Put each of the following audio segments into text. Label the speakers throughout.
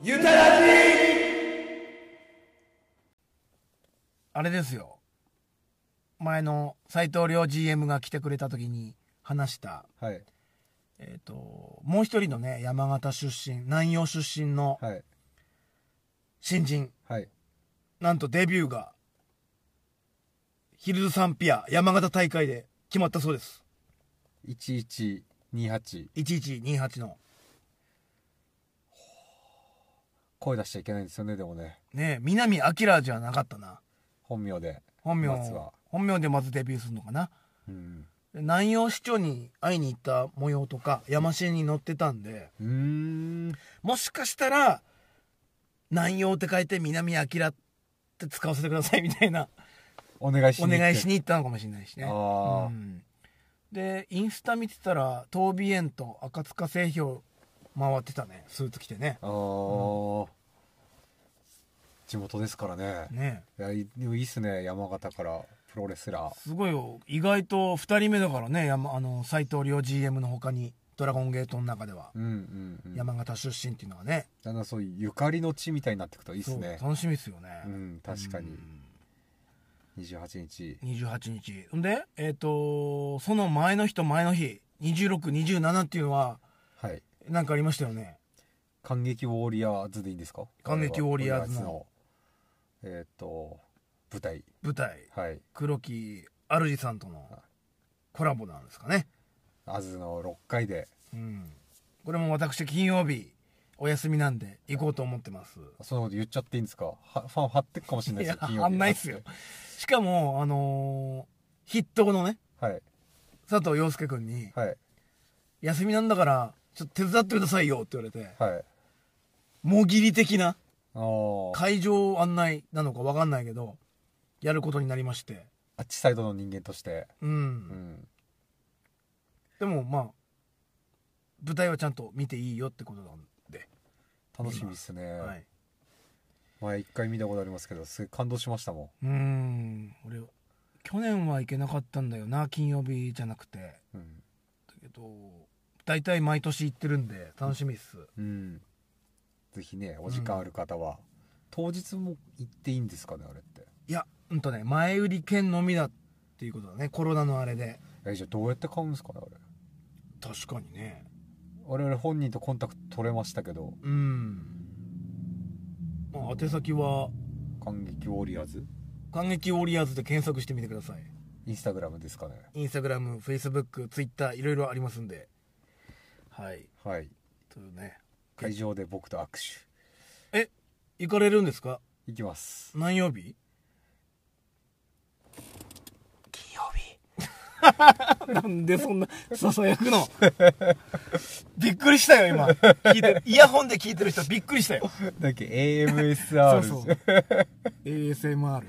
Speaker 1: ゆたらじ
Speaker 2: あれですよ。前の斎藤亮 GM が来てくれた時に話した、
Speaker 1: はい。
Speaker 2: えっ、と、もう一人のね、山形出身、南洋出身の
Speaker 1: はい。
Speaker 2: 新人、
Speaker 1: はい。
Speaker 2: なんとデビューが、ヒルズサンピア山形大会で決まったそうです。
Speaker 1: 1128。
Speaker 2: 1128の。
Speaker 1: 声出しちゃいけないんですよね、でもね。
Speaker 2: ね南明じゃなかったな。
Speaker 1: 本名で。
Speaker 2: 本名
Speaker 1: 松は。
Speaker 2: 本名でまずデビューするのかな。
Speaker 1: うん。
Speaker 2: で南陽市長に会いに行った模様とか、山市に乗ってたんで、
Speaker 1: うーん。
Speaker 2: もしかしたら、南洋って書いて南明って使わせてくださいみたいな
Speaker 1: お願いし
Speaker 2: お
Speaker 1: に行って
Speaker 2: 願いしに行ったのかもしれないしね。
Speaker 1: あー
Speaker 2: うんで、インスタ見てたら、東美園と赤塚製氷回ってたね。スーツ着てね。
Speaker 1: ああ、地元ですからね。
Speaker 2: ね
Speaker 1: いや、いでもいいっすね、山形からプロレスラー。
Speaker 2: すごいよ。意外と2人目だからね、山あの、斎藤亮 GM の他に、ドラゴンゲートの中では、
Speaker 1: うんうんうん。
Speaker 2: 山形出身っていうのはね、
Speaker 1: だんだんそういうゆかりの地みたいになってくといいっすね
Speaker 2: そう。楽しみですよね。
Speaker 1: うん、確かに。28日。
Speaker 2: 28日んでえっ、とその前の日と前の日2627っていうのは
Speaker 1: はい。
Speaker 2: なんかありましたよね
Speaker 1: 感激ウォーリアーズでいいんですか
Speaker 2: 感激ウォリアーズの
Speaker 1: これはウォリアーズのえーっと、舞台。
Speaker 2: 舞台
Speaker 1: はい。
Speaker 2: 黒木主さんとのコラボなんですかね
Speaker 1: アズの6回で。
Speaker 2: うんこれも私金曜日お休みなんで行こうと思ってます
Speaker 1: そんなこと言っちゃっていいんですかはファン張ってくかもしれない
Speaker 2: い
Speaker 1: で
Speaker 2: や
Speaker 1: すよ、金曜日
Speaker 2: あんないっすよ。しかもあのー筆頭のね
Speaker 1: はい。
Speaker 2: 佐藤陽介君に
Speaker 1: はい。
Speaker 2: 「休みなんだからちょっと手伝ってくださいよ」って言われて
Speaker 1: はい。
Speaker 2: もぎり的な
Speaker 1: あー
Speaker 2: 会場案内なのか分かんないけどやることになりまして
Speaker 1: あっちサイドの人間として。
Speaker 2: うん、
Speaker 1: うん。
Speaker 2: でもまあ舞台はちゃんと見ていいよってことなんで、
Speaker 1: 楽しみっすね。
Speaker 2: はい
Speaker 1: 前一回見たことありますけど、すごい感動しましたも
Speaker 2: うーん俺去年は行けなかったんだよな金曜日じゃなくてだ
Speaker 1: ん。うん。
Speaker 2: けど大体毎年行ってるんで楽しみっす、
Speaker 1: うん。ぜひね、お時間ある方は、当日も行っていいんですかね、あれって。
Speaker 2: いやうんとね前売り券のみだっていうことだねコロナのあれで
Speaker 1: え、じゃあどうやって買うんですかね、あれ。
Speaker 2: 確かにね
Speaker 1: 我々本人とコンタクト取れましたけど
Speaker 2: うんまあ宛先は
Speaker 1: 感激ウォリアーズ
Speaker 2: 「感激ウォリアーズ」で検索してみてください
Speaker 1: インスタグラムですかね
Speaker 2: インスタグラム、フェイスブック、ツイッター、いろいろありますんで。はい。
Speaker 1: はい
Speaker 2: というね。
Speaker 1: 会場で僕と握手
Speaker 2: え、行かれるんですか
Speaker 1: 行き ます
Speaker 2: 何曜日
Speaker 1: 金曜 日
Speaker 2: なんでそんな、ささやく の。びっくりしたよ、今。聞いてイヤホンで聞いてる人、びっくりしたよ。
Speaker 1: だっけ AMSR
Speaker 2: そう
Speaker 1: です
Speaker 2: そう。ASMR?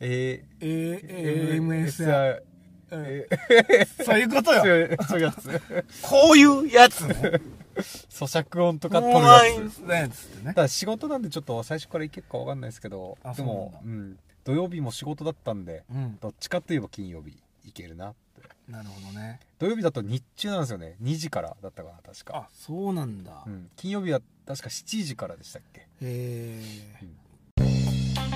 Speaker 1: A-
Speaker 2: AMSR。
Speaker 1: え
Speaker 2: そういうことよ。
Speaker 1: そういうや つ
Speaker 2: こういうやつね。
Speaker 1: 咀嚼音とか取る
Speaker 2: こな
Speaker 1: や
Speaker 2: い
Speaker 1: つ
Speaker 2: やつってね。
Speaker 1: ただ仕事なんでちょっと最初から行けるか分かんないですけど
Speaker 2: あ
Speaker 1: でも
Speaker 2: そう
Speaker 1: うん、土曜日も仕事だったんで
Speaker 2: うん。
Speaker 1: どっちかといえば金曜日行けるなって
Speaker 2: なるほどね。
Speaker 1: 土曜日だと日中なんですよね2時からだったかな確か、
Speaker 2: あ、そうなんだ
Speaker 1: う。ん、金曜日は確か7時からでしたっけ
Speaker 2: へえ
Speaker 1: うん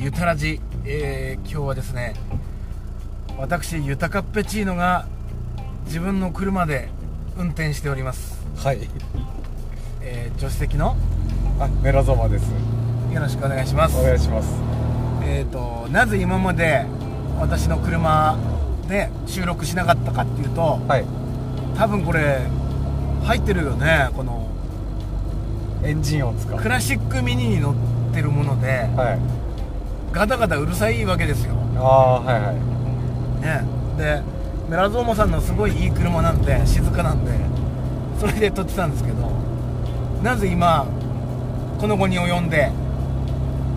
Speaker 2: ゆたらじ、えー今日はですね私ゆたかっぺチーノが自分の車で運転しております、
Speaker 1: はい。
Speaker 2: えー助手席の
Speaker 1: あ、メラゾマです。
Speaker 2: よろしくお願いします
Speaker 1: お願いします。
Speaker 2: えーとなぜ今まで私の車で収録しなかったかっていうと
Speaker 1: はい。
Speaker 2: 多分これ入ってるよねこの
Speaker 1: エンジン音ですか。
Speaker 2: クラシックミニに乗ってるもので
Speaker 1: はい。
Speaker 2: ガタガタうるさいわけですよ、
Speaker 1: ああ、はいはい。
Speaker 2: ね、でメラゾーマさんのすごいいい車なんで静かなんでそれで撮ってたんですけどなぜ今この後に及んで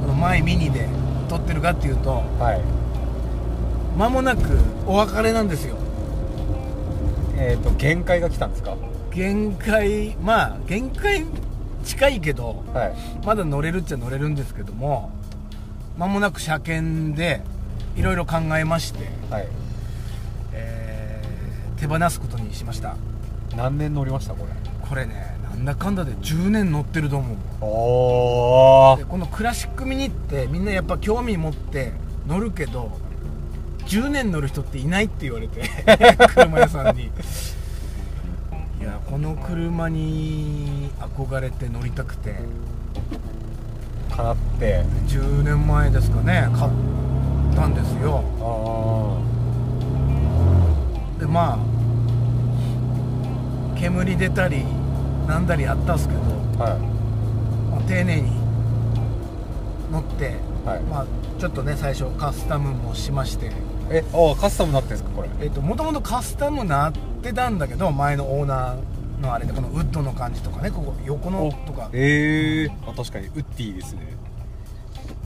Speaker 2: この前ミニで撮ってるかっていうと
Speaker 1: はい。
Speaker 2: 間もなくお別れなんですよ
Speaker 1: えっ、と、限界が来たんですか。
Speaker 2: 限界まあ限界近いけど
Speaker 1: はい。
Speaker 2: まだ乗れるっちゃ乗れるんですけども間もなく車検でいろいろ考えまして
Speaker 1: はい。
Speaker 2: えー手放すことにしました
Speaker 1: 何年乗りましたこれ
Speaker 2: これねなんだかんだで10年乗ってると思う
Speaker 1: お
Speaker 2: でこのクラシックミニってみんなやっぱ興味持って乗るけど10年乗る人っていないって言われて 車屋さんにいやこの車に憧れて乗りたくて
Speaker 1: かなって
Speaker 2: 10年前ですかね買ったんですよ
Speaker 1: ああ
Speaker 2: でまあ煙出たりなんだりあったんすけど、
Speaker 1: は
Speaker 2: まあ丁寧に乗って、
Speaker 1: はい
Speaker 2: まあ、ちょっとね最初カスタムもしまして
Speaker 1: いえああカスタムになってるんですかこれ
Speaker 2: えっともともとカスタムなってたんだけど前のオーナーのあれでこのウッドの感じとかねここ横のとか
Speaker 1: ええー、あ確かにウッディですね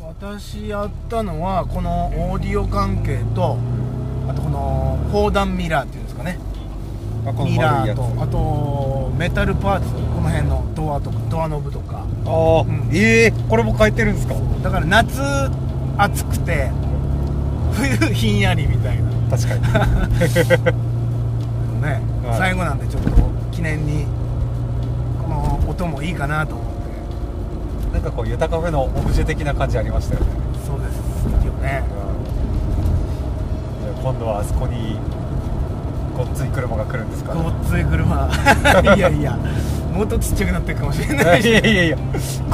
Speaker 2: 私やったのはこのオーディオ関係とあとこの砲弾ミラーっていうんですかね
Speaker 1: あこ
Speaker 2: ミラー
Speaker 1: あ
Speaker 2: とあとメタルパーツこの辺のドアとかドアノブとか
Speaker 1: あ、
Speaker 2: うん
Speaker 1: ええこれも変えてるんですか
Speaker 2: だから夏暑くて冬ひんやりみたいな
Speaker 1: 確かに
Speaker 2: ね、
Speaker 1: はい
Speaker 2: 最後なんでちょっと記念にこの音もいいかなと思って
Speaker 1: なんかこうユタカフェのオブジェ的な感じありましたよね
Speaker 2: そうですよね
Speaker 1: じゃあ今度はあそこにごっつい車が来るんですか
Speaker 2: ご
Speaker 1: ね
Speaker 2: っつい車 いやいやもっとちっちゃくなってるかもしれ
Speaker 1: い
Speaker 2: な
Speaker 1: や
Speaker 2: い
Speaker 1: い
Speaker 2: し
Speaker 1: やいやいや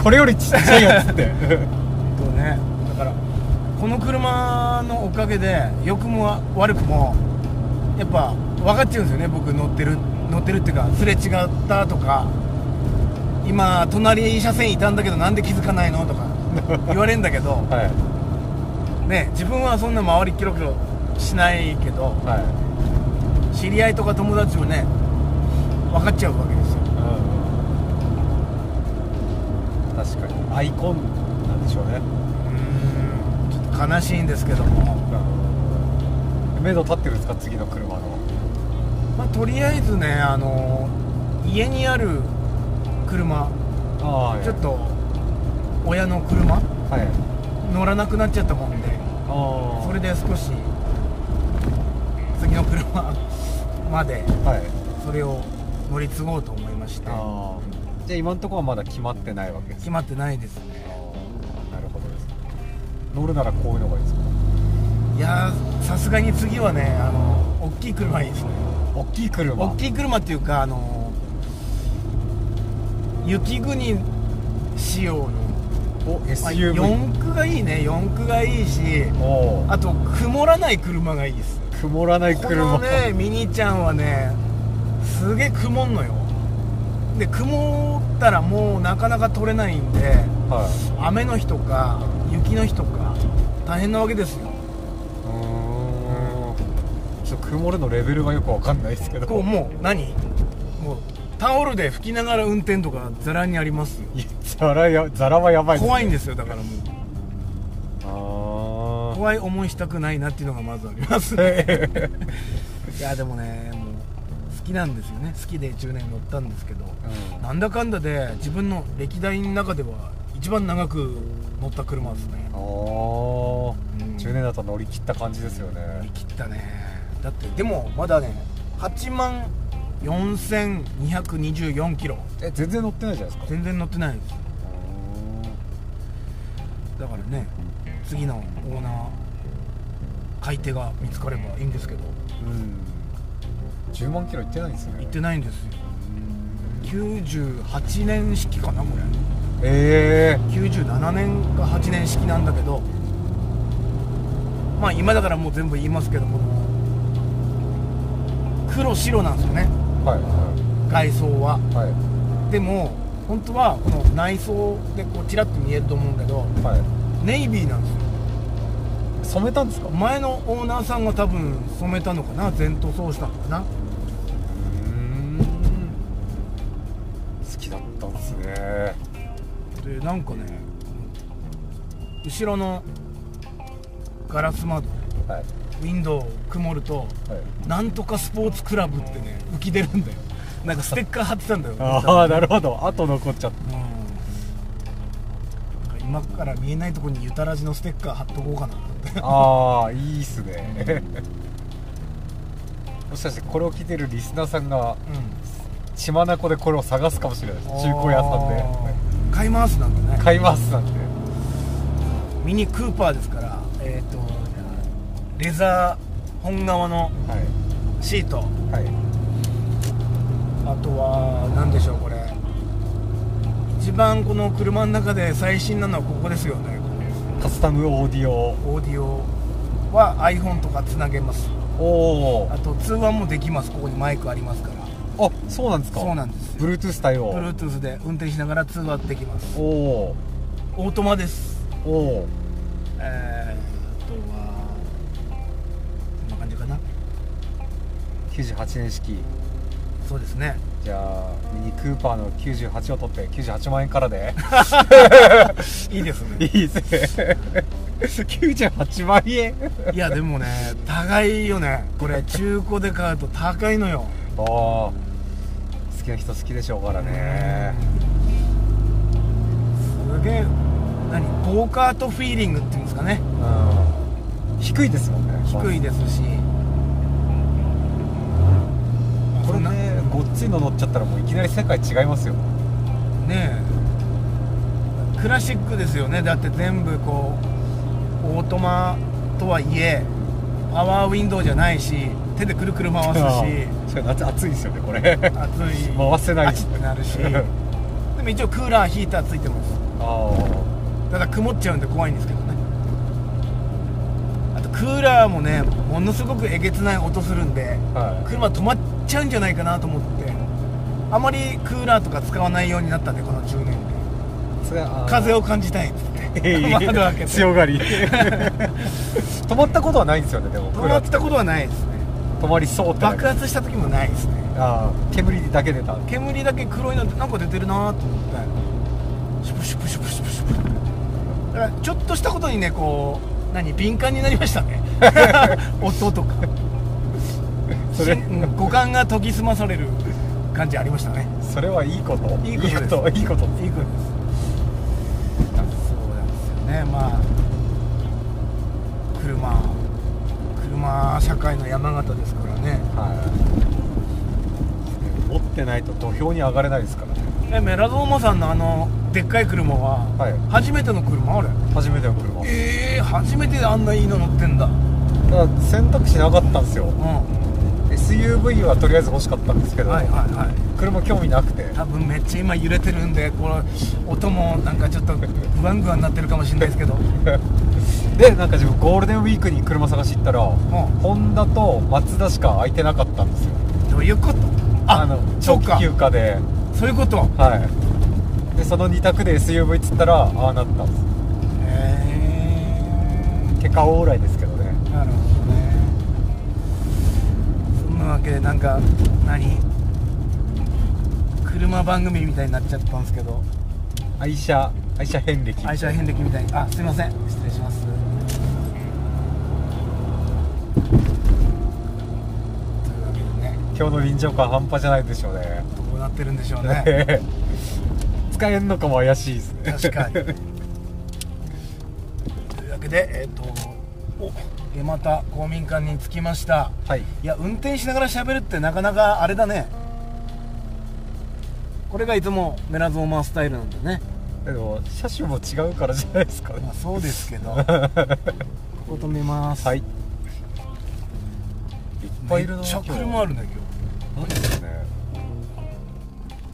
Speaker 1: これよりちっちゃいやつ って
Speaker 2: とねだからこの車のおかげで良くも悪くもやっぱ分かっちゃうんですよね僕乗ってる乗ってるっていうかすれ違ったとか今隣車線いたんだけどなんで気づかないのとか言われるんだけど、
Speaker 1: はい
Speaker 2: ね自分はそんな周りキロキロしないけど
Speaker 1: は
Speaker 2: 知り合いとか友達もね分かっちゃうわけですよ
Speaker 1: い、うん、確かにアイコンなんでしょうね
Speaker 2: うーんちょっと悲しいんですけども、
Speaker 1: 目処立ってるんですか次の車の
Speaker 2: まあ、とりあえずねあの家にある車
Speaker 1: あ
Speaker 2: ちょっと親の車
Speaker 1: はい
Speaker 2: 乗らなくなっちゃったもんで
Speaker 1: あ
Speaker 2: それで少し次の車まで
Speaker 1: はい
Speaker 2: それを乗り継ごうと思いまして
Speaker 1: あーじゃあ今のところはまだ決まってないわけです
Speaker 2: 決まってないですね
Speaker 1: あーなるほどです乗るならこういうのがいいですか
Speaker 2: いやーさすがに次はねあの大きい車いいですね
Speaker 1: 大きい車
Speaker 2: 大きい車っていうかあの雪国仕様の、
Speaker 1: お
Speaker 2: まあ
Speaker 1: SUV
Speaker 2: 四駆がいいね四駆がいいし
Speaker 1: おー
Speaker 2: あと曇らない車がいいです
Speaker 1: 曇らない
Speaker 2: こ
Speaker 1: 車
Speaker 2: のねミニちゃんはねすげえ曇んのよで曇ったらもうなかなか取れないんで
Speaker 1: はい
Speaker 2: 雨の日とか雪の日とか大変なわけですよ
Speaker 1: うーんちょっと曇るのレベルがよくわかんないですけど
Speaker 2: こうもう何もうタオルで拭きながら運転とかザラにありますよ
Speaker 1: いやザラやザラはやばいですね
Speaker 2: 怖いんですよだからもう
Speaker 1: あ
Speaker 2: 怖い思いしたくないなっていうのがまずありますね
Speaker 1: ー
Speaker 2: いやでもねもう好きなんですよね好きで10年乗ったんですけど、
Speaker 1: うん
Speaker 2: なんだかんだで自分の歴代の中では一番長く乗った車ですね
Speaker 1: あー
Speaker 2: うん
Speaker 1: 10年だと乗り切った感じですよ
Speaker 2: 乗り
Speaker 1: ね
Speaker 2: 切ったねだってでもまだね8万4224キロ
Speaker 1: え全然乗ってないじゃないですか
Speaker 2: 全然乗ってないですだからね次のオーナー買い手が見つかればいいんですけど
Speaker 1: うん10万キロ行ってないんですね
Speaker 2: 行ってないんですよ98年式かなこれ
Speaker 1: え
Speaker 2: 97年か8年式なんだけどまあ今だからもう全部言いますけども黒白なんですよね
Speaker 1: えはいは
Speaker 2: 外装はい
Speaker 1: はい
Speaker 2: でも本当はこの内装でこうちらっと見えると思うんだけど
Speaker 1: は
Speaker 2: ネイビーなんですよ
Speaker 1: い染めたんですか
Speaker 2: 前のオーナーさんが多分染めたのかな全塗装したのかな
Speaker 1: うん好きだったんですね
Speaker 2: でなんかね後ろのガラス窓
Speaker 1: はい
Speaker 2: ウィンドウ曇ると
Speaker 1: はい
Speaker 2: なんとかスポーツクラブってね浮き出るんだよなんかステッカー貼ってたんだよ
Speaker 1: ああなるほどあと残っちゃっ
Speaker 2: うん今から見えないところにユタラジのステッカー貼っとこうかなって
Speaker 1: たああいいっすね
Speaker 2: う
Speaker 1: もしかしてこれを聞いてるリスナーさんが
Speaker 2: うん
Speaker 1: 血眼でこれを探すかもしれないです中古屋さん
Speaker 2: んで買い回すなんだ
Speaker 1: で
Speaker 2: ね
Speaker 1: 買いますなんて
Speaker 2: ミニクーパーですからえっ、とレザー本革の
Speaker 1: は
Speaker 2: シート
Speaker 1: いはい
Speaker 2: あとは何でしょうこれ一番この車の中で最新なのはここですよね
Speaker 1: カスタムオーディオ
Speaker 2: オーディオは iPhone とかつなげます
Speaker 1: おお
Speaker 2: あと通話もできますここにマイクありますから
Speaker 1: あそうなんですか
Speaker 2: そうなんですよ
Speaker 1: Bluetooth 対応
Speaker 2: Bluetooth で運転しながら通話できます
Speaker 1: おお
Speaker 2: オートマです
Speaker 1: おお
Speaker 2: えー、あとはこんな感じかな
Speaker 1: 98年式
Speaker 2: そうですね
Speaker 1: じゃあミニクーパーの98を取って98万円からで
Speaker 2: いいです
Speaker 1: い
Speaker 2: ね
Speaker 1: いですね98万円
Speaker 2: いやでもね高いよねこれ中古で買うと高いのよ
Speaker 1: ああ好きな人好きでしょうからね
Speaker 2: すげえ何ゴーカートフィーリングっていうんですかね
Speaker 1: うん低いですもんね
Speaker 2: 低いですし
Speaker 1: これ
Speaker 2: ね
Speaker 1: ねごっついの乗っちゃったらもういきなり世界違いますよ
Speaker 2: ねえクラシックですよねだって全部こうオートマとはいえパワーウィンドウじゃないし手でくるくる回すし
Speaker 1: うんそれ夏暑いですよねこれ
Speaker 2: 熱い
Speaker 1: 回せない
Speaker 2: あちってなるしでも一応クーラーヒーターついてます
Speaker 1: あ
Speaker 2: ただ曇っちゃうんで怖いんですけどねあとクーラーもねものすごくえげつない音するんで
Speaker 1: あはい
Speaker 2: 車止まっちゃうんじゃないかなと思ってあまりクーラーとか使わないようになったんでこの10年で
Speaker 1: それはあー
Speaker 2: 風を感じたいっつって窓開けて
Speaker 1: 強がり 止まったことはないんですよねでも
Speaker 2: 止まってたことはないですね
Speaker 1: 止まりそうって
Speaker 2: 爆発した時もないですね
Speaker 1: ああ煙だけ出た
Speaker 2: 煙だけ黒いのなんか出てるなと思ってシュプシュプシュプシュプシュプってだからちょっとしたことにねこう何敏感になりましたね音とか
Speaker 1: それ
Speaker 2: しうん五感が研ぎ澄まされる感じありましたね
Speaker 1: それはいいこと
Speaker 2: いいことです
Speaker 1: いいこといいこと
Speaker 2: いい声ですそうなんですよねまあ車車社会の山形ですからね
Speaker 1: はい持ってないと土俵に上がれないですからね
Speaker 2: えメラゾーマさんのあのでっかい車は、
Speaker 1: はい
Speaker 2: 初めての車あれ
Speaker 1: 初めての車
Speaker 2: ええ初めてあんないいの乗ってんだう
Speaker 1: だから選択肢なかったんですよ
Speaker 2: んは
Speaker 1: SUV はとりあえず欲しかったんですけ
Speaker 2: い
Speaker 1: ど、
Speaker 2: はいはい
Speaker 1: 車興味なくて
Speaker 2: 多分めっちゃ今揺れてるんでこの音もなんかちょっと不安不安になってるかもしれないですけど
Speaker 1: でなんか自分ゴールデンウィークに車探し行ったら、ホンダとマツダしか空いてなかったんですよ
Speaker 2: どういうことあ
Speaker 1: の
Speaker 2: そう
Speaker 1: 長期
Speaker 2: か
Speaker 1: 休暇で
Speaker 2: そういうこと
Speaker 1: はいでその2択で SUV っつったらああなったんです
Speaker 2: へえ
Speaker 1: 結果オーライですけどね
Speaker 2: なるほどねそんなわけでなんか何車番組みたいになっちゃったんですけど
Speaker 1: 愛車愛車遍歴
Speaker 2: 愛車遍歴みたいにあすいません失礼しますというわけでね
Speaker 1: 今日の臨場感半端じゃないでしょうね
Speaker 2: どうなってるんでしょう ね
Speaker 1: 使えんのかも怪しいですね
Speaker 2: 確かにというわけでえっ、とおえまた公民館に着きました
Speaker 1: はい
Speaker 2: いや運転しながら喋るってなかなかあれだねこれがいつもメラゾーマスタイルなんでね
Speaker 1: でも車種も違うからじゃないですか ね
Speaker 2: まあそうです けどここ止めます
Speaker 1: はいいっぱいいるな
Speaker 2: めっちゃ
Speaker 1: 今日
Speaker 2: 車あるね今日
Speaker 1: 何ですね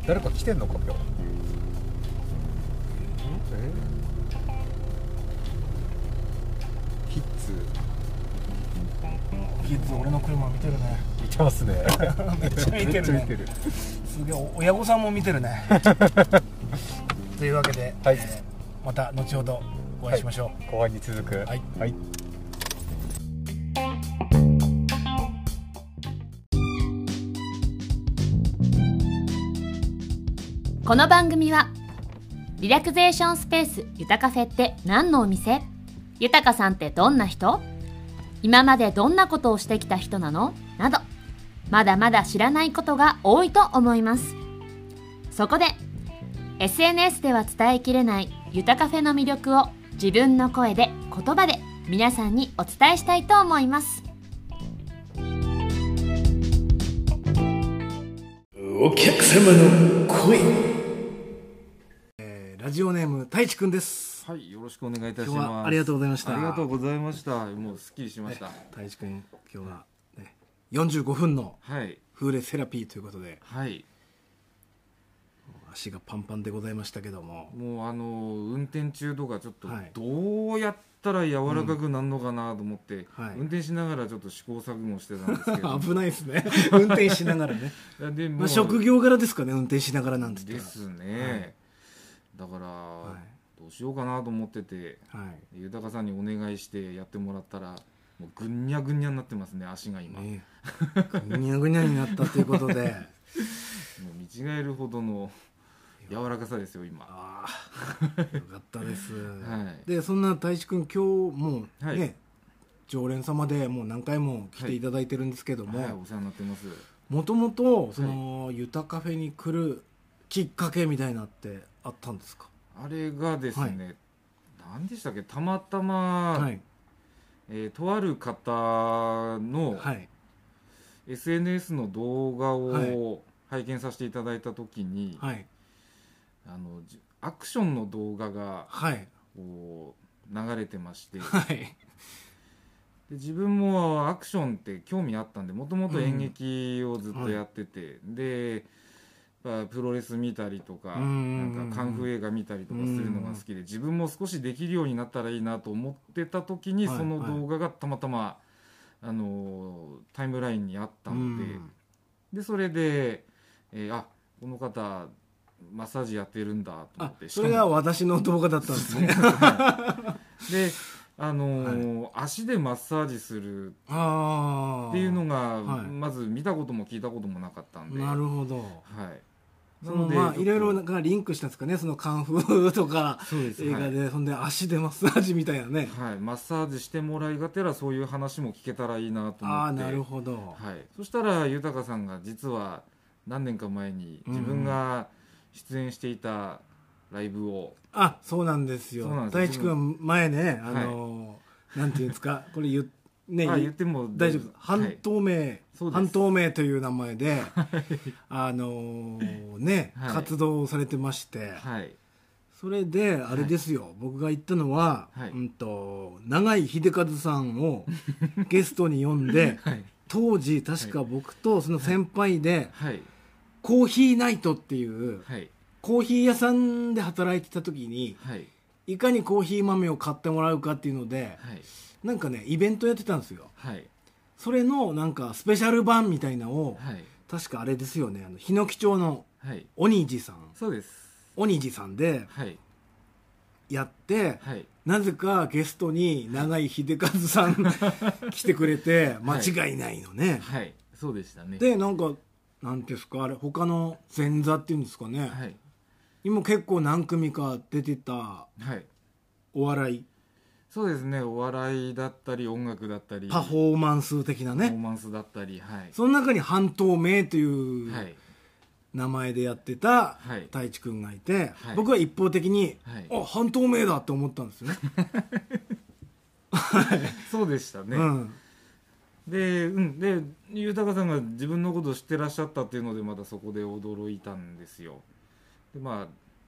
Speaker 1: 誰か来てんのか今日えキッズ
Speaker 2: キッズ俺の車見てるね
Speaker 1: 見てますね
Speaker 2: めっちゃ見てるね
Speaker 1: めっちゃ見てる
Speaker 2: すげえお親御さんも見てる ねというわけで、
Speaker 1: はい
Speaker 2: えーまた後ほどお会いしましょう、
Speaker 1: 後半に続く
Speaker 2: はい、
Speaker 1: はい
Speaker 3: この番組はリラクゼーションスペースゆたカフェって何のお店ゆたかさんってどんな人今までどんなことをしてきた人なのなどまだまだ知らないことが多いと思いますそこで SNS では伝えきれないゆたカフェの魅力を自分の声で言葉で皆さんにお伝えしたいと思います
Speaker 4: お客様の声
Speaker 2: えーラジオネーム太一くんです
Speaker 5: はい、よろしくお願いいたし
Speaker 2: 今日
Speaker 5: ます。
Speaker 2: はありがとうございました
Speaker 5: ありがとうございました。もうすっきりしました。
Speaker 2: 太一くん今日は、ね、45分の
Speaker 5: はい、
Speaker 2: 風鈴セラピーということで
Speaker 5: はい、
Speaker 2: 足がパンパンでございましたけども
Speaker 5: もうあの運転中とかちょっと
Speaker 2: はい
Speaker 5: どうやったら柔らかくなるのかなと思って、
Speaker 2: うんはい
Speaker 5: 運転しながらちょっと試行錯誤してたんですけど、
Speaker 2: 危ないですね運転しなが らね、
Speaker 5: いでも う
Speaker 2: まあ、職業柄ですかね運転しながらなんて言
Speaker 5: で
Speaker 2: ったら
Speaker 5: すね。だから、どうしようかなと思ってて、
Speaker 2: はい
Speaker 5: 豊さんにお願いしてやってもらったら、もうぐんにゃぐんにゃになってますね足が今、もう
Speaker 2: ねぐにゃぐにゃになったということで
Speaker 5: 見違えるほどの柔らかさですよ今。
Speaker 2: あ
Speaker 5: は
Speaker 2: あよかったです、
Speaker 5: はい
Speaker 2: でそんな太一くん今日もうね、
Speaker 5: はい
Speaker 2: 常連様でもう何回も来ていただいてるんですけども、
Speaker 5: い、お世話になってます。
Speaker 2: もともとその、ゆたカフェに来るきっかけみたいなってあったんですか
Speaker 5: あれがですね、何でしたっけたまたま、
Speaker 2: はい
Speaker 5: えーとある方の
Speaker 2: はい
Speaker 5: SNS の動画
Speaker 2: は
Speaker 5: を拝見させていただいた時に、
Speaker 2: はい
Speaker 5: あのじアクションの動画が
Speaker 2: はい
Speaker 5: こう流れてましてで
Speaker 2: はい
Speaker 5: 自分もアクションって興味あったんでもともと演劇をずっとやってて、でまあプロレス見たりとか,、
Speaker 2: うん
Speaker 5: なんかカンフー映画見たりとかするのが好きで自分も少しできるようになったらいいなと思ってた時に、
Speaker 2: はい
Speaker 5: その動画がたまたま、あのータイムラインにあった
Speaker 2: う
Speaker 5: ので,、
Speaker 2: ん
Speaker 5: でそれで、えーあこの方マッサージやってるんだと
Speaker 2: あ
Speaker 5: 思って
Speaker 2: それが私の動画だったん ですね
Speaker 5: で、あのー足でマッサージする
Speaker 2: ああ
Speaker 5: っていうのが、
Speaker 2: はい
Speaker 5: まず見たことも聞いたこともなかったんで。
Speaker 2: なるほど
Speaker 5: はい。
Speaker 2: そのまあいろいろな
Speaker 5: なん
Speaker 2: かリンクしたんですかねそのカンフーとか
Speaker 5: そうです
Speaker 2: 映画
Speaker 5: はい
Speaker 2: で、そんで足でマッサージみたいなね
Speaker 5: はい、マッサージしてもらいがてらそういう話も聞けたらいいなと思って
Speaker 2: ああなるほど、
Speaker 5: はい、そしたら豊さんが実は何年か前に自分が出演していたライブを、
Speaker 2: あそうなんですよ
Speaker 5: そうなんです
Speaker 2: 太一君前ねあのーなんていうんですかこれ 言っね
Speaker 5: あ
Speaker 2: 言
Speaker 5: 言っ
Speaker 2: って
Speaker 5: も
Speaker 2: 大丈夫です半透明、
Speaker 5: そうです
Speaker 2: 半透明という名前で、あのーね、
Speaker 5: はい
Speaker 2: 活動をされてまして、
Speaker 5: はい、はい
Speaker 2: それであれですよ、僕が言ったのは、
Speaker 5: はい
Speaker 2: うんと永井秀和さん をゲストに呼んで、
Speaker 5: はい
Speaker 2: 当時確か僕とその先輩で、
Speaker 5: はい
Speaker 2: コーヒーナイトっていう
Speaker 5: はい
Speaker 2: コーヒー屋さんで働いてた時に
Speaker 5: はい
Speaker 2: いかにコーヒー豆を買ってもらうかっていうので、
Speaker 5: はい
Speaker 2: なんかねイベントやってたんですよ
Speaker 5: はい
Speaker 2: それのなんかスペシャル版みたいなのを、
Speaker 5: はい
Speaker 2: 確かあれですよねあの檜町の
Speaker 5: はい
Speaker 2: おにじさん
Speaker 5: そうです
Speaker 2: おにじさんで
Speaker 5: はい
Speaker 2: やって、
Speaker 5: はい
Speaker 2: なぜかゲストに永井秀和さん 来てくれて間違いないのね、
Speaker 5: はいそうでしたね
Speaker 2: でなんかなんていうんですかあれ他の前座っていうんですかね、
Speaker 5: はい
Speaker 2: 今結構何組か出てた
Speaker 5: はい
Speaker 2: お笑い
Speaker 5: そうですねお笑いだったり音楽だったり
Speaker 2: パフォーマンス的な
Speaker 5: パフォー
Speaker 2: ね
Speaker 5: マンスだったりはい
Speaker 2: その中に半透明という
Speaker 5: はい
Speaker 2: 名前でやってた
Speaker 5: はい
Speaker 2: 太一くんがいて、
Speaker 5: はい
Speaker 2: 僕は一方的に、
Speaker 5: はい
Speaker 2: あ半透明だって思ったんですよね
Speaker 5: そうでしたね、
Speaker 2: うん、
Speaker 5: でうんで豊さんが自分のことを知ってらっしゃったっていうのでまたそこで驚いたんですよでまあ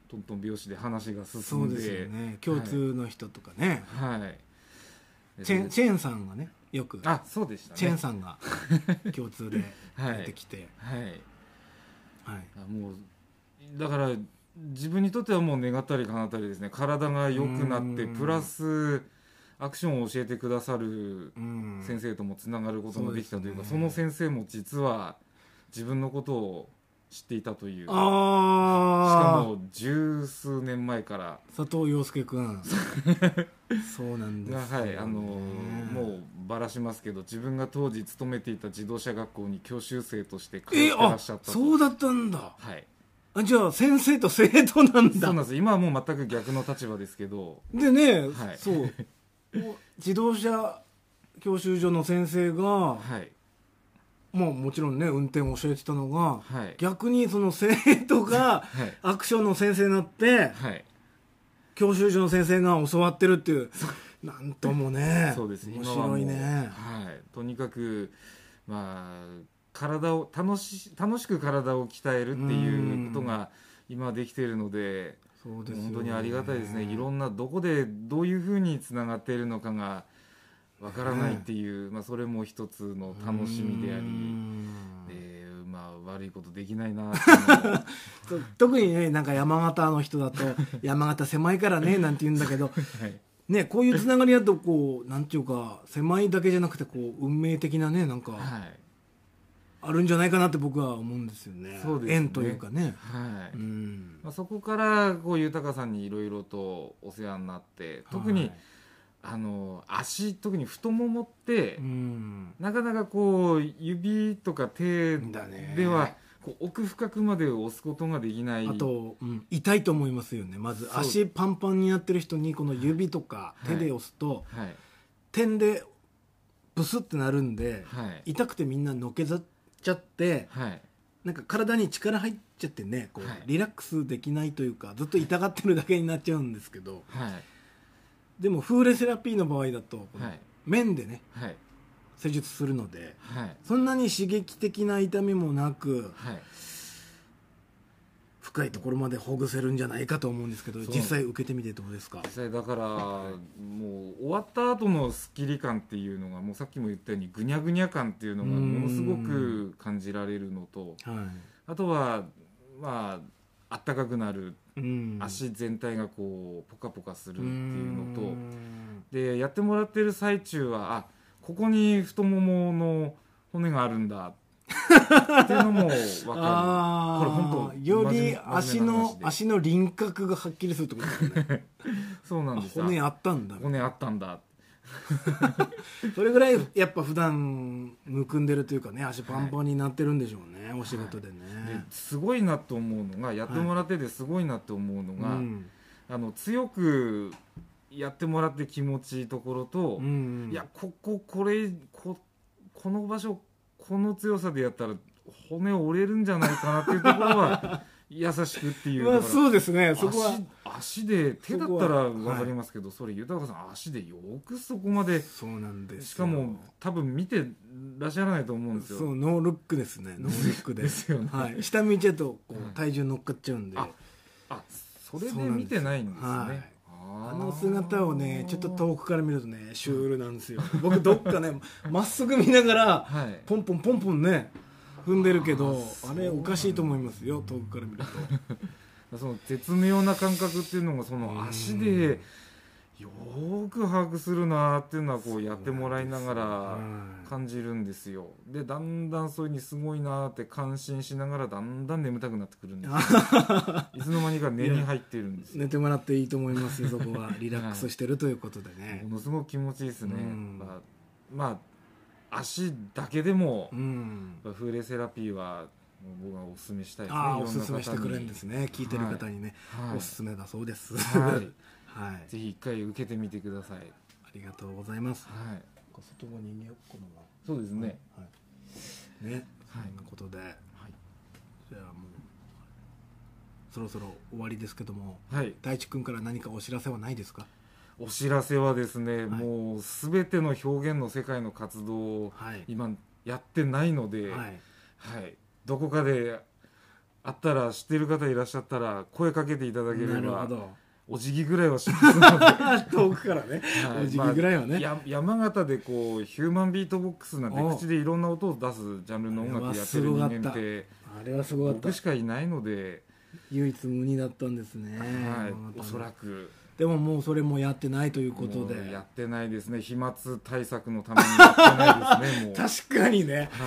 Speaker 5: トントン拍子で話が
Speaker 2: そ
Speaker 5: 進
Speaker 2: うん
Speaker 5: で
Speaker 2: ですよね共通の人とかね、
Speaker 5: はい、はいえ
Speaker 2: チェン
Speaker 5: ェ
Speaker 2: チェーンさんがねよく
Speaker 5: あそうでしたね
Speaker 2: チェーンさん が共通で
Speaker 5: はい
Speaker 2: 出てきて、
Speaker 5: はい
Speaker 2: はい
Speaker 5: あもうだから自分にとってはもう願ったり叶ったりですね体が良くなって
Speaker 2: うん
Speaker 5: プラスアクションを教えてくださる
Speaker 2: うん、
Speaker 5: 先生ともつながることもできたというか、
Speaker 2: そ
Speaker 5: そう
Speaker 2: で
Speaker 5: の
Speaker 2: す
Speaker 5: 先生も実は自分のことを知っていたというしか
Speaker 2: ああ
Speaker 5: も十数年前から
Speaker 2: 佐藤陽介く んそうなんですよね、
Speaker 5: はいあのもうばらしますけど自分が当時勤めていた自動車学校に教習生として通って
Speaker 2: え
Speaker 5: ら
Speaker 2: あ
Speaker 5: っしゃったと
Speaker 2: そうだったんだ
Speaker 5: はい、
Speaker 2: あじゃあ先生と生徒なん
Speaker 5: そう
Speaker 2: だ
Speaker 5: なんです今はもう全く逆の立場ですけど
Speaker 2: でね、
Speaker 5: はい
Speaker 2: そうお自動車教習所の先生が、
Speaker 5: はい
Speaker 2: まあ、もちろんね運転を教えてたのが、
Speaker 5: はい
Speaker 2: 逆にその生徒が
Speaker 5: はい
Speaker 2: アクションの先生になって
Speaker 5: はい
Speaker 2: 教習所の先生が教わってるっていうなんともね
Speaker 5: そうです
Speaker 2: 面
Speaker 5: 今はも
Speaker 2: 白
Speaker 5: う
Speaker 2: いね
Speaker 5: はいとにかくまあ体を楽し楽しく体を鍛えるっていうこと
Speaker 2: う
Speaker 5: が今できているので
Speaker 2: そうですよね
Speaker 5: 本当にありがたいですねいろんなどこでどういうふうにつながっているのかがわからないっていう、まあ、それも一つの楽しみであり
Speaker 2: う、ん
Speaker 5: えーまあ、悪いことできないなっ ていうのを
Speaker 2: と特にねなんか山形の人だ と山形狭いからねなんて言うんだけど、
Speaker 5: い
Speaker 2: ねこういうつながりだとこうなんていうか狭いだけじゃなくてこう運命的なねなんか
Speaker 5: はい
Speaker 2: あるんじゃないかなって僕は思うんですよね
Speaker 5: そうですね
Speaker 2: 縁というかね。
Speaker 5: はい
Speaker 2: うん
Speaker 5: まあ、そこからこう豊さんにいろいろとお世話になって特に、
Speaker 2: はい
Speaker 5: あの足特に太ももって、
Speaker 2: うん
Speaker 5: なかなかこう指とか手
Speaker 2: だね
Speaker 5: ではこう奥深くまで押すことができない
Speaker 2: あと、うん痛いと思いますよねまず
Speaker 5: そう
Speaker 2: 足パンパンになってる人にこの指とか
Speaker 5: はい
Speaker 2: 手で押すと、
Speaker 5: はい
Speaker 2: 点でブスってなるんで、
Speaker 5: はい
Speaker 2: 痛くてみんなのけざっちゃって
Speaker 5: はい
Speaker 2: なんか体に力入っちゃってねこう、
Speaker 5: はい
Speaker 2: リラックスできないというかずっと痛がってるだけになっちゃうんですけど
Speaker 5: はい
Speaker 2: でもフーレセラピーの場合だと、
Speaker 5: はい
Speaker 2: 面でね
Speaker 5: はい
Speaker 2: 施術するので
Speaker 5: はい
Speaker 2: そんなに刺激的な痛みもなく
Speaker 5: はい
Speaker 2: 深いところまでほぐせるんじゃないかと思うんですけど
Speaker 5: そう
Speaker 2: 実際受けてみてどうですか
Speaker 5: 実際だからもう終わった後のスッキリ感っていうのがもうさっきも言ったようにぐにゃぐにゃ感っていうのがものすごく感じられるのと
Speaker 2: は
Speaker 5: あとはまああったかくなる
Speaker 2: い、うん
Speaker 5: 足全体がこうポカポカするって
Speaker 2: う
Speaker 5: いうのと。
Speaker 2: ん
Speaker 5: でやってもらってる最中はあここに太ももの骨があるんだっていうのも 分か
Speaker 2: あ
Speaker 5: こ
Speaker 2: あ
Speaker 5: れ本当
Speaker 2: より
Speaker 5: 真
Speaker 2: 足
Speaker 5: 面目な
Speaker 2: の
Speaker 5: 話で
Speaker 2: 足の輪郭がはっきりするってことですね
Speaker 5: るそう なん
Speaker 2: あ
Speaker 5: です
Speaker 2: 骨
Speaker 5: あ
Speaker 2: あったんだ
Speaker 5: 骨あったんだ
Speaker 2: それぐらいやっぱ普段むくんでるというかね足パンパンになってるんでしょうね、お仕事でね、
Speaker 5: ですごいなと思うのがやってもらっててすごいなと思うの
Speaker 2: う
Speaker 5: が、
Speaker 2: ん
Speaker 5: あの強くやってもらって気持ちいいところと、
Speaker 2: うん
Speaker 5: いやこここれここの場所この強さでやったら骨折れるんじゃないかなっていうところ は優しくっていう
Speaker 2: ま
Speaker 5: だ
Speaker 2: あ
Speaker 5: から
Speaker 2: そうですね そこは
Speaker 5: 足足で手だっ
Speaker 2: そ
Speaker 5: た
Speaker 2: こ
Speaker 5: ら
Speaker 2: は
Speaker 5: わかりますけどそ,、れ豊さん足でよくそこまで
Speaker 2: そうなんですよ
Speaker 5: しかも多分見てらっしゃらないと思うんです
Speaker 2: そ
Speaker 5: よ
Speaker 2: うノールックですねノールックで
Speaker 5: ですよね
Speaker 2: はい、下見ちゃうとこ
Speaker 5: は
Speaker 2: う
Speaker 5: い
Speaker 2: 体重乗っかっちゃうんで、
Speaker 5: ああそれで
Speaker 2: そうなんです
Speaker 5: 見てないんですね
Speaker 2: はい
Speaker 5: あ
Speaker 2: あ
Speaker 5: ー
Speaker 2: の姿をねちょっと遠くから見るとねシュールなんですよ僕どっか ねまっすぐ見ながら
Speaker 5: はい
Speaker 2: ポンポンポンポンね踏んでるけど
Speaker 5: あー
Speaker 2: あれおかしいと思いますよ遠くから見ると
Speaker 5: その絶妙な感覚っていうのがその足でよーく把握するなーっていうのはこうやってもらいながら
Speaker 2: は
Speaker 5: 感じるんですよでだんだんそういうふうにすごいなーって感心しながらだんだん眠たくなってくるんで すよいつの間にか寝に入ってるんです
Speaker 2: い
Speaker 5: よ
Speaker 2: 寝てもらっていいと思いますよそこ はリラックスしてるということでね
Speaker 5: ものすごく気持ちいいですね、
Speaker 2: うん
Speaker 5: まあ、まあ足だけでも
Speaker 2: う、ん
Speaker 5: やっぱフーレセラピーはもう僕はおすすめしたいですね
Speaker 2: ああ
Speaker 5: い
Speaker 2: お
Speaker 5: ろんな
Speaker 2: す
Speaker 5: 方
Speaker 2: すめしてくれるんです
Speaker 5: に
Speaker 2: ね聞いてる方にね
Speaker 5: はい
Speaker 2: おすすめだそうです
Speaker 5: はい
Speaker 2: はい
Speaker 5: ぜひ一回受けてみてください、
Speaker 2: ありがとうございます
Speaker 5: はい、
Speaker 2: 外側に逃げよっこのま
Speaker 5: そうですね、
Speaker 2: はい、ね、
Speaker 5: はい
Speaker 2: そんなことで、じゃあもうそろそろ終わりですけども
Speaker 5: はい、
Speaker 2: 大地君から何かお知らせはないですか
Speaker 5: お知らせはです
Speaker 2: い
Speaker 5: ね、もうすべての表現の世界の活動を
Speaker 2: はい、
Speaker 5: 今やってないので、
Speaker 2: はい
Speaker 5: はい、どこかであったら知ってる方いらっしゃったら声かけていただけれ
Speaker 2: なるほ
Speaker 5: ば
Speaker 2: ど
Speaker 5: お辞儀ぐらいはします
Speaker 2: 遠くからね
Speaker 5: は い
Speaker 2: お辞儀ぐらいはね、
Speaker 5: まあや山形でこうヒューマンビートボックスなんて
Speaker 2: おう
Speaker 5: 口でいろんな音を出すジャンルの音楽やってる人間って
Speaker 2: あ、れはすごかった
Speaker 5: 僕しかいないので、
Speaker 2: 唯一無二だったんですね、
Speaker 5: はい、おそら
Speaker 2: く
Speaker 5: く
Speaker 2: でももうそれもやってないということで
Speaker 5: もうやってないですね飛沫対策のためにやってないですねもう、は
Speaker 2: 確かにね
Speaker 5: い、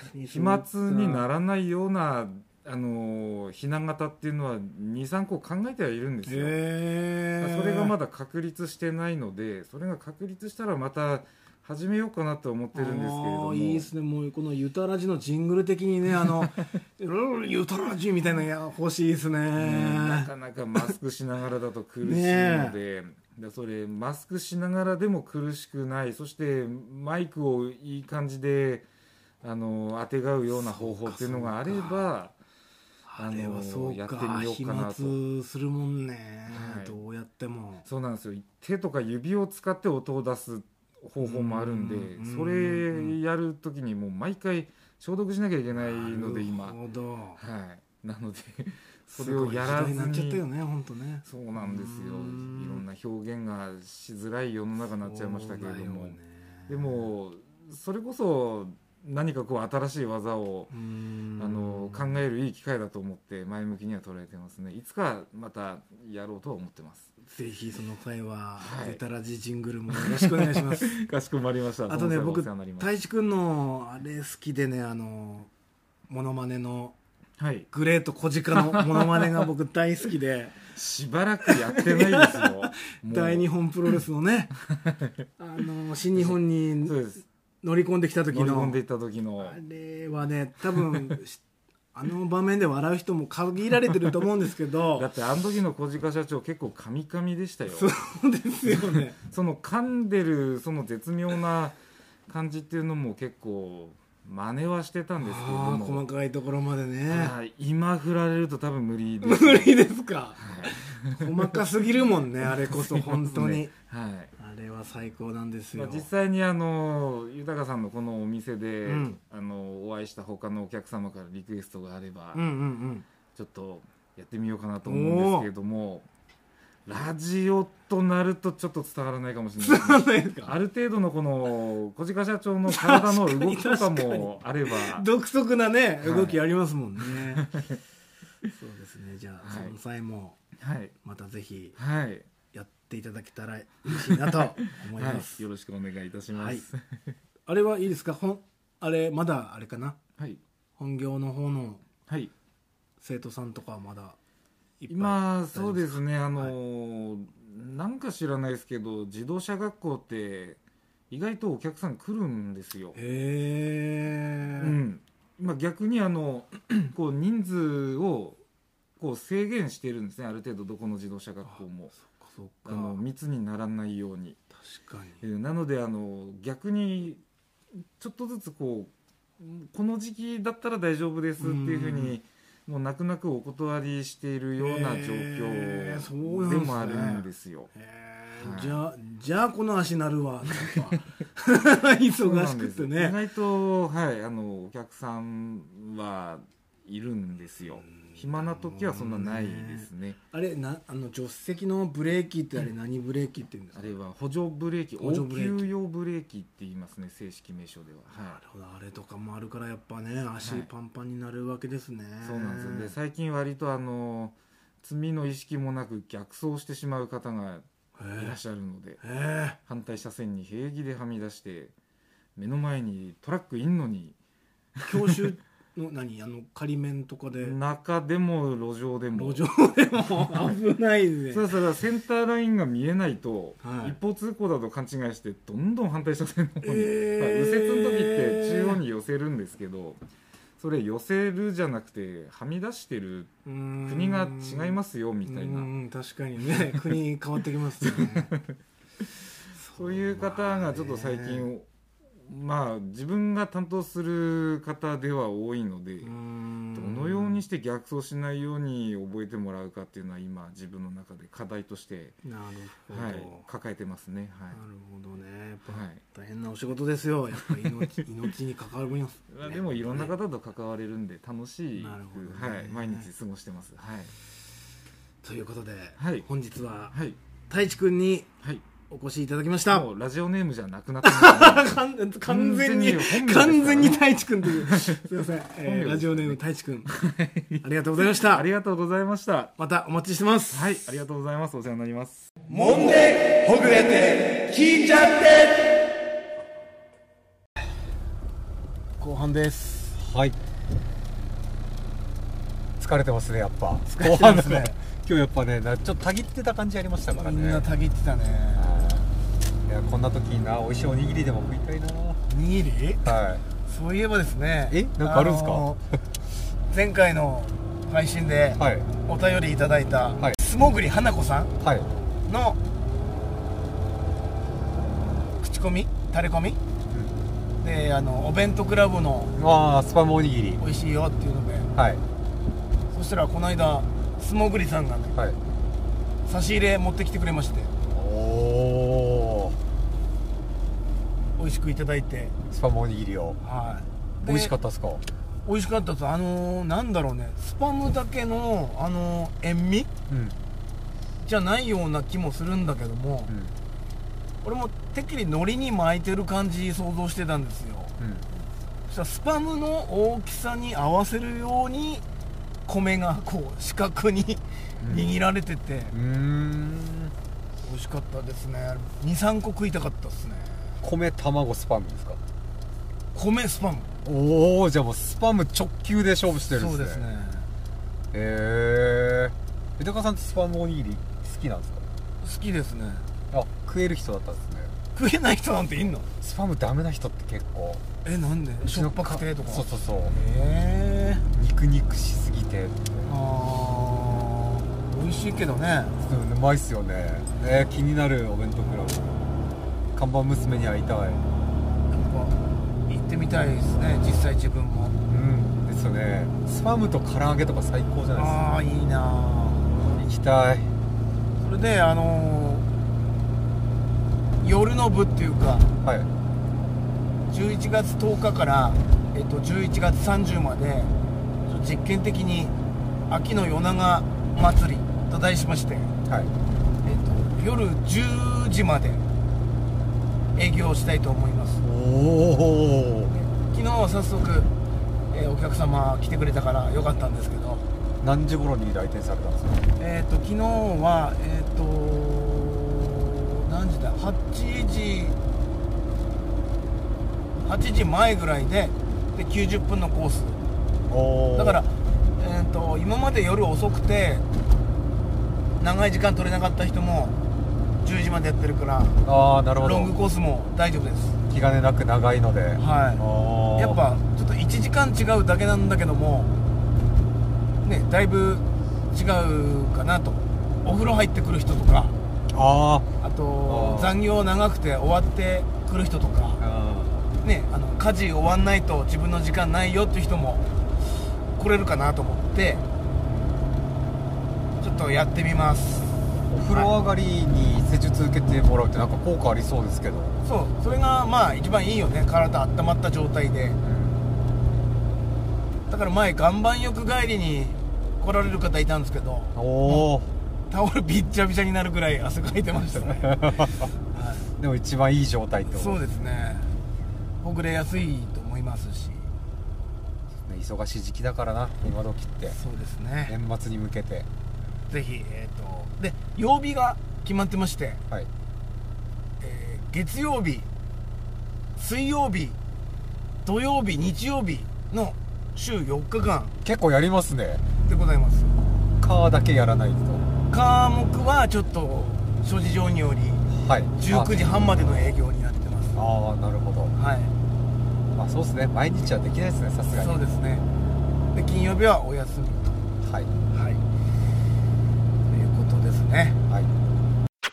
Speaker 2: 確かに
Speaker 5: 飛沫にならないようなあのー避難型っていうのは23個考えてはいるんですよ、
Speaker 2: へえ
Speaker 5: それがま
Speaker 2: だ
Speaker 5: だ確立してないのでそれが確立したらまた始めようかなと思ってるんですけれども
Speaker 2: いいですねもうこのユタラジのジングル的にねあの うんユタラジみたいなのや欲しいですね
Speaker 5: うんなかなかマスクしながらだと苦しいの
Speaker 2: ね
Speaker 5: ででそれマスクしながらでも苦しくないそしてマイクをいい感じであの当てがうような方法っていうのがあれば
Speaker 2: あれはそうか
Speaker 5: あのやってみようかなと
Speaker 2: 飛沫するもんね、
Speaker 5: はい
Speaker 2: どうやっても
Speaker 5: そうなんですよ手とか指を使って音を出す方法もあるんで
Speaker 2: うん
Speaker 5: それやる時にもう毎回消毒しなきゃいけないので今
Speaker 2: なるほど
Speaker 5: はいなので そ
Speaker 2: そ
Speaker 5: れ
Speaker 2: れ
Speaker 5: を
Speaker 2: をや
Speaker 5: やら
Speaker 2: ら
Speaker 5: ず
Speaker 2: ず
Speaker 5: に
Speaker 2: になっちゃったよね本当ね
Speaker 5: そうなんですよいろ
Speaker 2: うん
Speaker 5: んな表現がしづらい世の中になっちゃいましたけれども、
Speaker 2: そうだよね
Speaker 5: でもそれこそ何かこう新しい技を
Speaker 2: うーん
Speaker 5: あの考えるいい機会だと思って前向きには捉えてますねいつかまたやろうとは思ってます
Speaker 2: ぜひその際は
Speaker 5: は
Speaker 2: 「
Speaker 5: い
Speaker 2: デタラジジングル」もよろしくお願いします
Speaker 5: かしこまりました
Speaker 2: あとね
Speaker 5: その際は
Speaker 2: 僕
Speaker 5: お世話になります
Speaker 2: 太一くんのあれ好きでねあのモノマネの
Speaker 5: はい
Speaker 2: グレート小鹿のモノマネが僕大好きで
Speaker 5: しばらくやってないですよ もう
Speaker 2: 大日本プロレスの ねあの新日本
Speaker 5: そう
Speaker 2: に
Speaker 5: です
Speaker 2: 乗り込んできた時
Speaker 5: 乗り込ん
Speaker 2: の
Speaker 5: でいった時の
Speaker 2: あれはね多分 しあの場面で笑う人も限られてると思うんですけ
Speaker 5: だ
Speaker 2: ど
Speaker 5: ってあの時の小鹿社長結構カミカミでしたよ
Speaker 2: そうですよね
Speaker 5: その噛んでるその絶妙な感じっていうのも結構真似はしてたんですけれど
Speaker 2: ああ細
Speaker 5: も
Speaker 2: かいところまでね
Speaker 5: はい今振られると多分無理です
Speaker 2: 無理ですか細かすぎるもんねあれこそ本当に、
Speaker 5: はい
Speaker 2: あれは最高なんです
Speaker 5: まあ
Speaker 2: よ、
Speaker 5: 実際にあの豊さんのこのお店で、
Speaker 2: うん
Speaker 5: あのお会いした他のお客様からリクエストがあれば、
Speaker 2: うんうん
Speaker 5: ちょっとやってみようかなと思うんですけれどもラジオとなるとちょっと伝わらないかもしれないですね
Speaker 2: うん
Speaker 5: ある程度のこの小鹿社長の体の動きとかもあれば
Speaker 2: 独特なね
Speaker 5: はい
Speaker 2: 動きありますもんね、 そうですねじゃあ、
Speaker 5: はい
Speaker 2: その際も
Speaker 5: はい
Speaker 2: またぜひ
Speaker 5: はい、
Speaker 2: やっていただけたら嬉しいなと思い
Speaker 5: は
Speaker 2: ま
Speaker 5: い、
Speaker 2: す、
Speaker 5: よろしくお願いいたします
Speaker 2: あれはいいですかほんあれまだあれかな
Speaker 5: はい、
Speaker 2: 本業の方の
Speaker 5: はい、
Speaker 2: 生徒さんとかはまだいっぱい
Speaker 5: 今そうですすねあのーなんか知らないですけど自動車学校って意外とお客さん来るんですよ、う
Speaker 2: へえ、
Speaker 5: ん、今逆にあの こう人数をこう制限してるんですねある程度どこの自動車学校も
Speaker 2: そっかそっ
Speaker 5: あ
Speaker 2: か
Speaker 5: の密にならないように、
Speaker 2: 確かに
Speaker 5: えーなのであの逆にちょっとずつこうんこの時期だったら大丈夫ですっていうふう
Speaker 2: うんうんう
Speaker 5: にもう泣く泣くお断りしているような状
Speaker 2: へーそうなんで
Speaker 5: 況です
Speaker 2: ね
Speaker 5: もあるんですよ。
Speaker 2: へ
Speaker 5: は
Speaker 2: ー
Speaker 5: い
Speaker 2: じゃあじゃあこの足なるわなんか
Speaker 5: そうな
Speaker 2: 忙し
Speaker 5: んで
Speaker 2: く
Speaker 5: す
Speaker 2: て
Speaker 5: 意
Speaker 2: ね
Speaker 5: 外と、はい、あのお客さんはいるんですよ暇な時はそんなないですね
Speaker 2: あれなあの助手席のブレーキってあれ何ブレーキって言うんです
Speaker 5: あ
Speaker 2: か
Speaker 5: れは補助ブレーキ
Speaker 2: 補助
Speaker 5: 応
Speaker 2: ブレーキ
Speaker 5: 急用ブレーキって言いますね正式名称では、
Speaker 2: な
Speaker 5: は
Speaker 2: るほどあれとかもあるからやっぱね足
Speaker 5: はい
Speaker 2: パンパンになるわけですね、
Speaker 5: い、そうなんですよで最近割とあの罪の意識もなく逆走してしまう方がいらっしゃるので
Speaker 2: へえ
Speaker 5: 反対車線に平気ではみ出して目の前にトラックいんのに
Speaker 2: 教習の何あの仮面とかで
Speaker 5: 中でも路上でも
Speaker 2: 路上でも危ないね
Speaker 5: そうそうセンターラインが見えないと、
Speaker 2: はい
Speaker 5: 一方通行だと勘違いしてどんどん反対車線の方に、
Speaker 2: えー
Speaker 5: はい右折の時って中央に寄せるんですけどそれ寄せるじゃなくてはみ出してる国
Speaker 2: 国
Speaker 5: が違いますよみたいな
Speaker 2: 確かにね国変わってきますよね
Speaker 5: そういう方がちょっと最近まあ自分が担当する方では多いので
Speaker 2: うーん
Speaker 5: どのようにして逆走しないように覚えてもらうかっていうのは今自分の中で課題として、
Speaker 2: なるほど、
Speaker 5: は
Speaker 2: ないる、
Speaker 5: 抱えてますね。はい
Speaker 2: ほどねやっぱ
Speaker 5: はい
Speaker 2: 大変なお仕事ですよやっぱ 命命に関わります、
Speaker 5: まあでもいろんな方と関われるんで楽しい、
Speaker 2: なるほどね
Speaker 5: はい、毎日過ごしてますはい
Speaker 2: ということで、
Speaker 5: はい
Speaker 2: 本日は
Speaker 5: はい
Speaker 2: 太一くんに
Speaker 5: はい
Speaker 2: お越しいただきました
Speaker 5: もうラジオネームじゃなくなっ てます
Speaker 2: 完完全に
Speaker 5: 本名ですから
Speaker 2: 完全に太一くんという すいません、
Speaker 5: 本名で
Speaker 2: え
Speaker 5: す
Speaker 2: ーラジオネーム太一くんありがとうございました
Speaker 5: ありがとうございました
Speaker 2: またお待ちしてます
Speaker 5: はいありがとうございますお世話になります
Speaker 4: もんでほぐれて聞いちゃって
Speaker 2: 後半です
Speaker 1: はい疲れてますねやっぱ
Speaker 2: 疲れてますね
Speaker 1: 後半の今日やっぱねなちょっとたぎってた感じありましたから
Speaker 2: みん
Speaker 1: ね
Speaker 2: なたぎってたね
Speaker 1: はいいやこんな時にな美味しいおにぎりでも食いたいな
Speaker 2: 握り
Speaker 1: はい
Speaker 2: そういえばですね
Speaker 1: えなんかあるんすか
Speaker 2: のー前回の配信で
Speaker 1: はい
Speaker 2: お便りいただいた、
Speaker 1: はい
Speaker 2: 素潜り花子さん
Speaker 1: はい
Speaker 2: の口コミタレコミ、であのお弁当クラブの
Speaker 1: ああスパムおにぎり
Speaker 2: 美味しいよっていうので
Speaker 1: はい
Speaker 2: そしたらこの間素潜りさんがね
Speaker 1: はい
Speaker 2: 差し入れ持ってきてくれまして
Speaker 1: おお
Speaker 2: 美味しくいただいて
Speaker 1: スパムおにぎりを
Speaker 2: はい
Speaker 1: 美味しかったですか
Speaker 2: 美味しかったですあのーなんだろうねスパムだけのあのー塩味
Speaker 1: うん
Speaker 2: じゃないような気もするんだけども、
Speaker 1: うん
Speaker 2: 俺もてっきり海苔に巻いてる感じ想像してたんですよ
Speaker 1: うん
Speaker 2: そしたらスパムの大きさに合わせるように米がこう四角に
Speaker 1: うん
Speaker 2: 握られてて、
Speaker 1: うーん
Speaker 2: 美味しかったですね23個食いたかったですね
Speaker 1: 米卵スパムですか
Speaker 2: 米スパム
Speaker 1: おおじゃあもうスパム直球で勝負してるんですね
Speaker 2: そうですね
Speaker 1: へえ豊川さんってスパムおにぎり好きなんですか
Speaker 2: 好きですね
Speaker 1: あ食える人だったんですね
Speaker 2: 食えない人なんていんの
Speaker 1: スパムダメな人って結構
Speaker 2: えなんでしょっぱくてとか
Speaker 1: そうそうそう
Speaker 2: ええ
Speaker 1: 肉肉しすぎて
Speaker 2: あー美味しいけどね
Speaker 1: うまいっすよねえー気になるお弁当クラブ看板娘に会いたい
Speaker 2: なんか行ってみたいですね実際自分も
Speaker 1: うんですよねスパムと唐揚げとか最高じゃない
Speaker 2: ああいいなあ
Speaker 1: ですか行きたい
Speaker 2: それであのー夜の部っていうか
Speaker 1: はい
Speaker 2: 11月10日から、えっと、11月30まで実験的に秋の夜長祭りと題しまして、え
Speaker 1: はい
Speaker 2: っと、夜10時まで営業したいと思います
Speaker 1: おお
Speaker 2: 昨日は早速、えーお客様来てくれたから良かったんですけど、
Speaker 1: 何時頃に来店されたんですか
Speaker 2: えー、と昨日は、えー、と何時だ8時8時前ぐらいでで90分のコース
Speaker 1: お
Speaker 2: だから、えー、と今まで夜遅くて長い時間取れなかった人も10時までやってるから
Speaker 1: ああなるほど
Speaker 2: ロングコースも大丈夫です
Speaker 1: 気兼ねなく長いので
Speaker 2: はい
Speaker 1: あー
Speaker 2: やっぱちょっと1時間違うだけなんだけどもねだいぶ違うかなとお風呂入ってくる人とか
Speaker 1: あ
Speaker 2: あと
Speaker 1: あー
Speaker 2: 残業長くて終わってくる人とか
Speaker 1: あ
Speaker 2: ねあの家事終わんないと自分の時間ないよっていう人も来れるかなと思ってちょっとやってみます
Speaker 1: お風呂上がりに施術受けてもらうってなんか効果ありそうですけど、
Speaker 2: そうそれがまあ一番いいよね体温まった状態でだから前岩盤浴帰りに来られる方いたんですけど
Speaker 1: おお
Speaker 2: タオルびっちゃびちゃになるぐらい汗かいてましたね
Speaker 1: でも一番いい状態ってこと
Speaker 2: そうですねほぐれやすいと思いますし
Speaker 1: ですね忙しい時期だからな今時って
Speaker 2: そうですね
Speaker 1: 年末に向けて
Speaker 2: ぜひえっ、とで曜日が決まってまして、
Speaker 1: はい
Speaker 2: えー月曜日水曜日土曜日日曜日の週4日間
Speaker 1: 結構やりますね
Speaker 2: でございます
Speaker 1: カーだけやらないと
Speaker 2: 科目はちょっと諸事情により
Speaker 1: はい
Speaker 2: 19時半までの営業になってます
Speaker 1: ああなるほど
Speaker 2: はい
Speaker 1: まあそうですね毎日はできないですねさすがに
Speaker 2: そうですねで金曜日はお休み
Speaker 1: はい
Speaker 2: はいということですね
Speaker 1: はい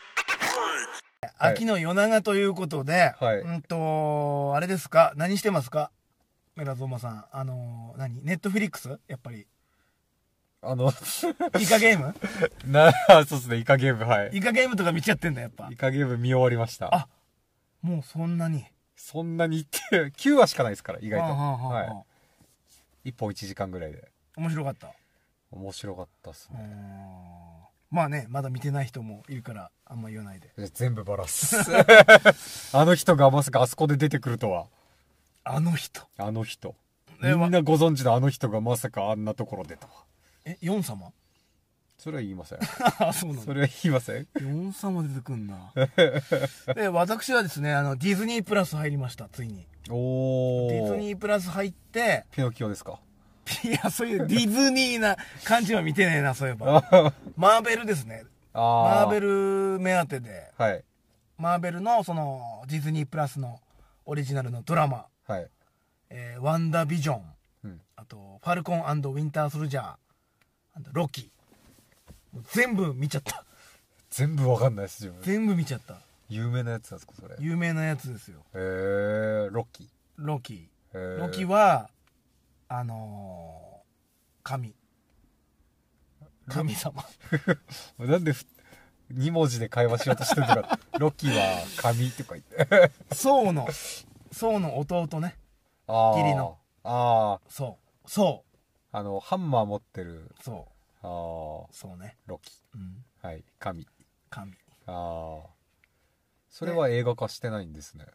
Speaker 1: はい
Speaker 2: 秋の夜長ということで、
Speaker 1: はい
Speaker 2: うんと、あれですか、何してますかメラゾーマさん。あのー、何ネットフリックスやっぱり。
Speaker 1: あの
Speaker 2: イカゲーム
Speaker 1: なそうですねイカゲームはい
Speaker 2: イカゲームとか見ちゃってんだ、やっぱ
Speaker 1: イ。カゲーム見終わりました
Speaker 2: あもうそんなに。
Speaker 1: そんなに言 って9話しかないですから意外と
Speaker 2: はあはあはあ
Speaker 1: はい一本1時間ぐらいで
Speaker 2: 面白かった。
Speaker 1: 面白かったっす
Speaker 2: うー
Speaker 1: ね、
Speaker 2: んまあね、まだ見てない人もいるから、あんま言わないで。
Speaker 1: じゃあ全部バ ラすあの人がまさかあそこで出てくるとは
Speaker 2: あの人。
Speaker 1: あの人み
Speaker 2: ね
Speaker 1: んなご存知のあの人がまさかあんなところでとは
Speaker 2: え、ヨン 様
Speaker 1: それは言いません
Speaker 2: あ、そうなん
Speaker 1: そ
Speaker 2: だ。
Speaker 1: れは言いません
Speaker 2: ヨン様出てくん な。で、私はですね、あの、ディズニープラス入りました、ついに。
Speaker 1: お
Speaker 2: ディズ
Speaker 1: ー
Speaker 2: ニープラス入って、
Speaker 1: ピノキオで すか
Speaker 2: いや、そういうディズニーな感じは見てねえな、そういえば。
Speaker 1: あ
Speaker 2: マーベルですね。マ
Speaker 1: あ
Speaker 2: ー
Speaker 1: ー
Speaker 2: ベル目当てで、
Speaker 1: はい
Speaker 2: マーベルのそのディズニープラスのオリジナルのドラマ、
Speaker 1: はい
Speaker 2: えーワンダービジョン、
Speaker 1: うん
Speaker 2: あと、ファルコンウィンターソルジャー、あとロキ。もう全部見ちゃった。
Speaker 1: 全部わかんないです自分
Speaker 2: 全部見ちゃった。
Speaker 1: 有名なやつなんですかそれへ
Speaker 2: 有名なやつですよ。
Speaker 1: えー、ロッキー
Speaker 2: ロキ。
Speaker 1: へー
Speaker 2: ロキは、あのー神。神様。
Speaker 1: なんでふ2文字で会話しようとしてる のかロキは「神」とか言って
Speaker 2: ソウの、ソウの弟ね。
Speaker 1: ああ
Speaker 2: 義理の
Speaker 1: あ
Speaker 2: そうそ
Speaker 1: ああのハンマー持ってる
Speaker 2: うそ
Speaker 1: ああロ
Speaker 2: うそうね
Speaker 1: キ
Speaker 2: うん
Speaker 1: はい神
Speaker 2: 神
Speaker 1: ああそれは映画化してないんですね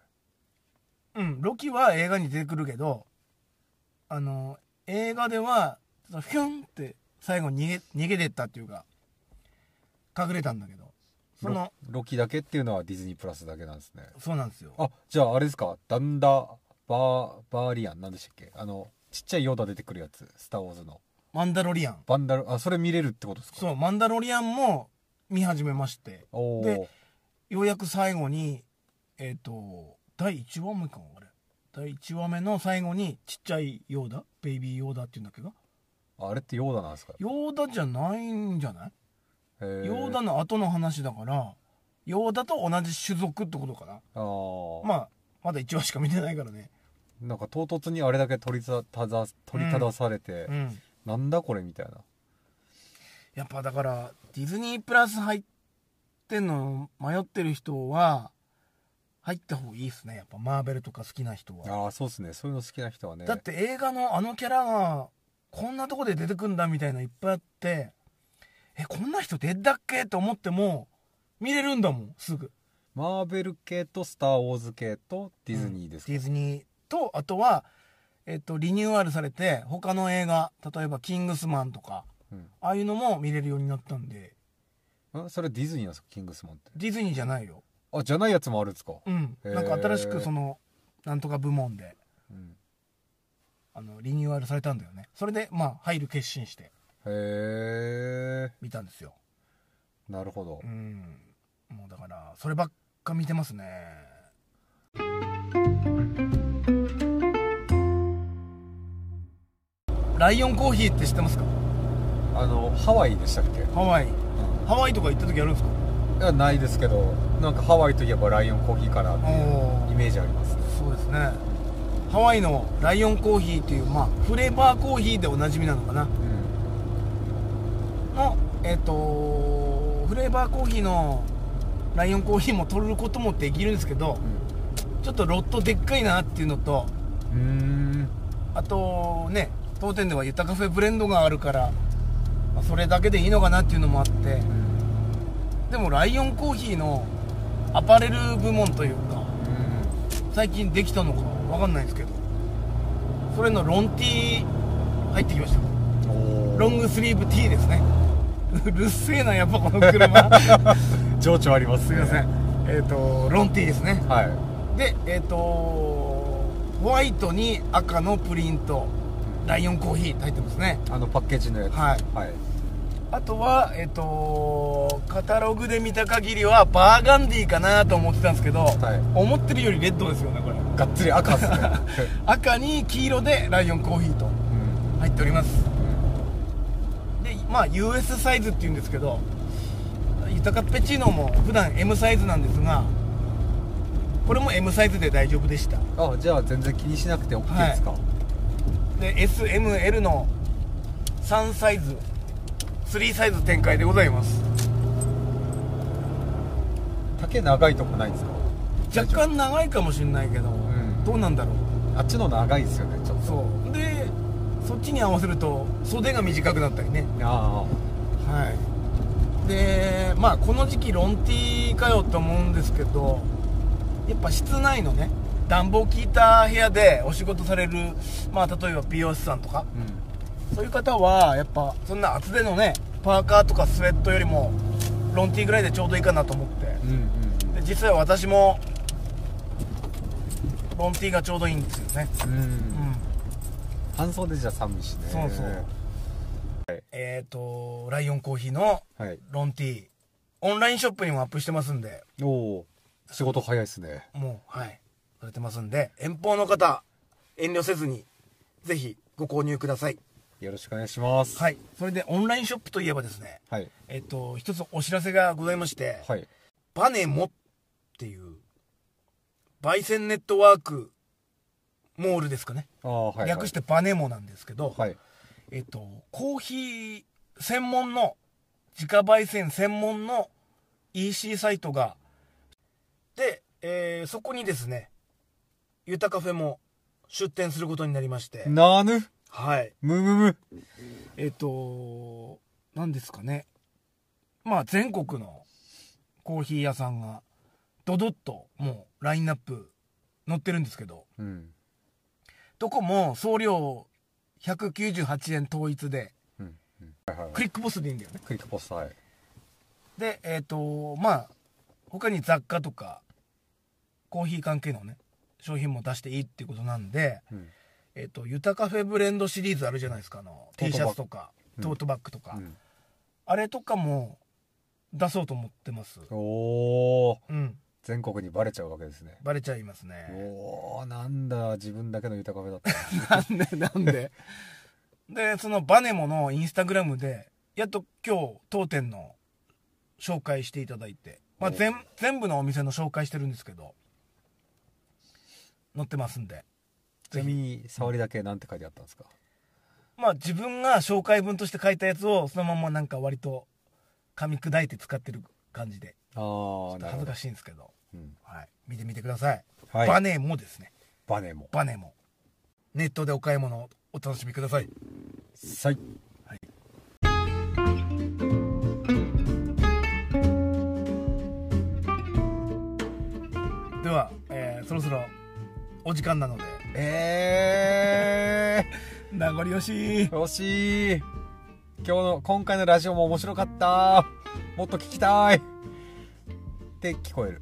Speaker 2: うんロキは映画に出てくるけどあの映画ではそのヒュンって最後に逃げ逃げてったっていうか隠れたんだけどその
Speaker 1: ロロキだけっていうのはディズニープラスだけなんですね
Speaker 2: そうなんですよ
Speaker 1: あじゃああれですかダンダバーバーリアンなんでしたっけあのちっちゃいヨーダ出てくるやつスター・ウォーズの
Speaker 2: マンダロリアン
Speaker 1: バンダルあそれ見れるってことですか
Speaker 2: そうマンダロリアンも見始めまして
Speaker 1: おお
Speaker 2: でようやく最後にえっ、と第1話目かあれ第1話目の最後にちっちゃいヨーダベイビーヨーダっていうんだっけど
Speaker 1: あれってヨーダなんですか
Speaker 2: ヨーダじゃないんじゃない
Speaker 1: ヨ
Speaker 2: ヨーダの後の話だからヨーダと同じ種族ってことかな
Speaker 1: あー、
Speaker 2: まあまだ1話しか見てないからね
Speaker 1: なんか唐突にあれだけ取りざたざ取りただされて、
Speaker 2: うん
Speaker 1: なんだこれみたいな
Speaker 2: やっぱだからディズニープラス入ってんの迷ってる人は入った方がいいですねやっぱマーベルとか好きな人は
Speaker 1: ああそうですねそういうの好きな人はね
Speaker 2: だって映画のあのキャラがこんなとこで出てくんだみたいないっぱいあってえこんな人出たっけと思っても見れるんだもんすぐ
Speaker 1: マーベル系とスター・ウォーズ系とディズニーですか、
Speaker 2: ディズニーとあとは、えっと、リニューアルされて他の映画例えば「キングスマン」とか
Speaker 1: うん
Speaker 2: ああいうのも見れるようになったんで
Speaker 1: んそれディズニーなんですかキングスマンって
Speaker 2: ディズニーじゃないよ
Speaker 1: あじゃないやつもあるんですか、
Speaker 2: うん
Speaker 1: へー
Speaker 2: なんか新しくそのなんとか部門で
Speaker 1: うん
Speaker 2: あのリニューアルされたんだよねそれでまあ入る決心して
Speaker 1: へえ
Speaker 2: 見たんですよ
Speaker 1: なるほど、
Speaker 2: うんもうだからそればっか見てますねライオンコーヒーって知ってますか
Speaker 1: あのハワイでしたっけ、
Speaker 2: ハワイ
Speaker 1: うん
Speaker 2: ハワイとか行った時やるんですか
Speaker 1: いやないですけどなんかハワイといえばライオンコーヒーかなって
Speaker 2: お
Speaker 1: イメージありますね
Speaker 2: そうですねハワイのライオンコーヒーっていうまあフレーバーコーヒーでおなじみなのかな
Speaker 1: うん
Speaker 2: のえっ、とフレーバーコーヒーのライオンコーヒーも取ることもできるんですけどちょっとロットでっかいなっていうのと
Speaker 1: うんうーん
Speaker 2: あとね当店ではユタカフェブレンドがあるから、まあそれだけでいいのかなっていうのもあってでもライオンコーヒーのアパレル部門というか
Speaker 1: うん
Speaker 2: 最近できたのかわかんないですけどそれのロンティー入ってきましたロングスリーブ T ですね うるせえなやっぱこの車
Speaker 1: 情緒あります
Speaker 2: すいませんえっ、とロンティーですね
Speaker 1: はい
Speaker 2: でえっ、とホワイトに赤のプリントライオンコーヒーって入ってますね
Speaker 1: あのパッケージのやつ
Speaker 2: はい
Speaker 1: はい
Speaker 2: あとはえっ、とカタログで見た限りはバーガンディーかなと思ってたんですけど、
Speaker 1: い
Speaker 2: 思ってるよりレッドですよねこれ
Speaker 1: がっつり赤っ すね、
Speaker 2: 赤に黄色でライオンコーヒーと
Speaker 1: うん
Speaker 2: 入っておりますでまあ US サイズっていうんですけどユタカペチーノも普段 M サイズなんですがこれも M サイズで大丈夫でした
Speaker 1: あじゃあ全然気にしなくて OK ですか、
Speaker 2: で SML の3サイズ3サイズ展開でございます
Speaker 1: 丈長いとこないんですか
Speaker 2: 若干長いかもしれないけど、
Speaker 1: ん
Speaker 2: どうなんだろう
Speaker 1: あっちの長いですよねちょっと
Speaker 2: そうでそっちに合わせると袖が短くなったりね
Speaker 1: あ
Speaker 2: はい、でまあこの時期ロンティーかよと思うんですけどやっぱ室内のね暖房効いた部屋でお仕事されるまあ例えば美容師さんとか
Speaker 1: あうん
Speaker 2: そういう方はやっぱそんな厚手のねパーカーとかスウェットよりもロンティーぐらいでちょうどいいかなと思って
Speaker 1: うんうん
Speaker 2: で実際私もロンティーがちょうどいいんですよね
Speaker 1: うん、うん
Speaker 2: うん
Speaker 1: 半袖じゃ寒いしね
Speaker 2: そうそうえっ、とライオンコーヒーの
Speaker 1: はい
Speaker 2: ロンティーオンラインショップにもアップしてますんで
Speaker 1: おお仕事早いですね
Speaker 2: もう、はい、されてますんで、遠方の方、遠慮せずに、ぜひご購入ください。
Speaker 1: よろしくお願いします、
Speaker 2: はいい。それで、オンラインショップといえばですね、
Speaker 1: はい
Speaker 2: えっと、一つお知らせがございまして、
Speaker 1: はい、
Speaker 2: バネモっていう、焙煎ネットワークモールですかね。
Speaker 1: ああはい、はい、
Speaker 2: 略してバネモなんですけど、
Speaker 1: はい
Speaker 2: えっと、コーヒー専門の、自家焙煎専門の EC サイトが、で、えーそこにですね、ゆたカフェも出店することになりまして、
Speaker 1: なぬ
Speaker 2: はい。
Speaker 1: むむむ
Speaker 2: えっと、何ですかね。まあ全国のコーヒー屋さんがドドッともうラインナップ載ってるんですけど、
Speaker 1: うん
Speaker 2: どこも送料198円統一で、
Speaker 1: うんうんはいはいはい
Speaker 2: クリックボスでいいんだよね。
Speaker 1: クリックポスターはい
Speaker 2: で、えっ、と、まあ、他に雑貨とか、コーヒー関係のね、商品も出していいっていうことなんで、
Speaker 1: うん
Speaker 2: えっ、と、ユタカフェブレンドシリーズあるじゃないですか、あの、
Speaker 1: ト
Speaker 2: T
Speaker 1: ート
Speaker 2: シ
Speaker 1: バッグ
Speaker 2: ャツとか、トートバッグとか、
Speaker 1: うん
Speaker 2: あれとかも出そうと思ってます。
Speaker 1: おお
Speaker 2: うん、
Speaker 1: 全国にバレちゃうわけですね
Speaker 2: バレちゃいますね。
Speaker 1: おおなんだ自分だけの豊かめ だった
Speaker 2: なんで、なんで。で、そのバネモのインスタグラムで、やっと今日、当店の紹介していただいて、まあ、全全部のお店の紹介してるんですけど、載ってますんで。
Speaker 1: ちなみに触りだけなんて書いてあったんですか
Speaker 2: まあ自分が紹介文として書いたやつをそのままなんか割と噛み砕いて使ってる感じで
Speaker 1: ああなる
Speaker 2: 恥
Speaker 1: ほ
Speaker 2: ず
Speaker 1: ど
Speaker 2: か、しいんですけど、
Speaker 1: うん
Speaker 2: はい、見てみてください、
Speaker 1: はい
Speaker 2: バネもですね
Speaker 1: バネも
Speaker 2: バネもネットでお買い物をお楽しみください
Speaker 1: さい
Speaker 2: では、えーそろそろお時間なので
Speaker 1: え
Speaker 2: 名残惜しい
Speaker 1: ー、惜しい今日の今回のラジオも面白かったもっと聞きたいって聞こえる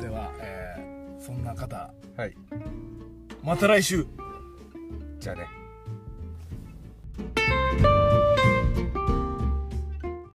Speaker 2: では、えーそんな方
Speaker 1: はい
Speaker 2: また来週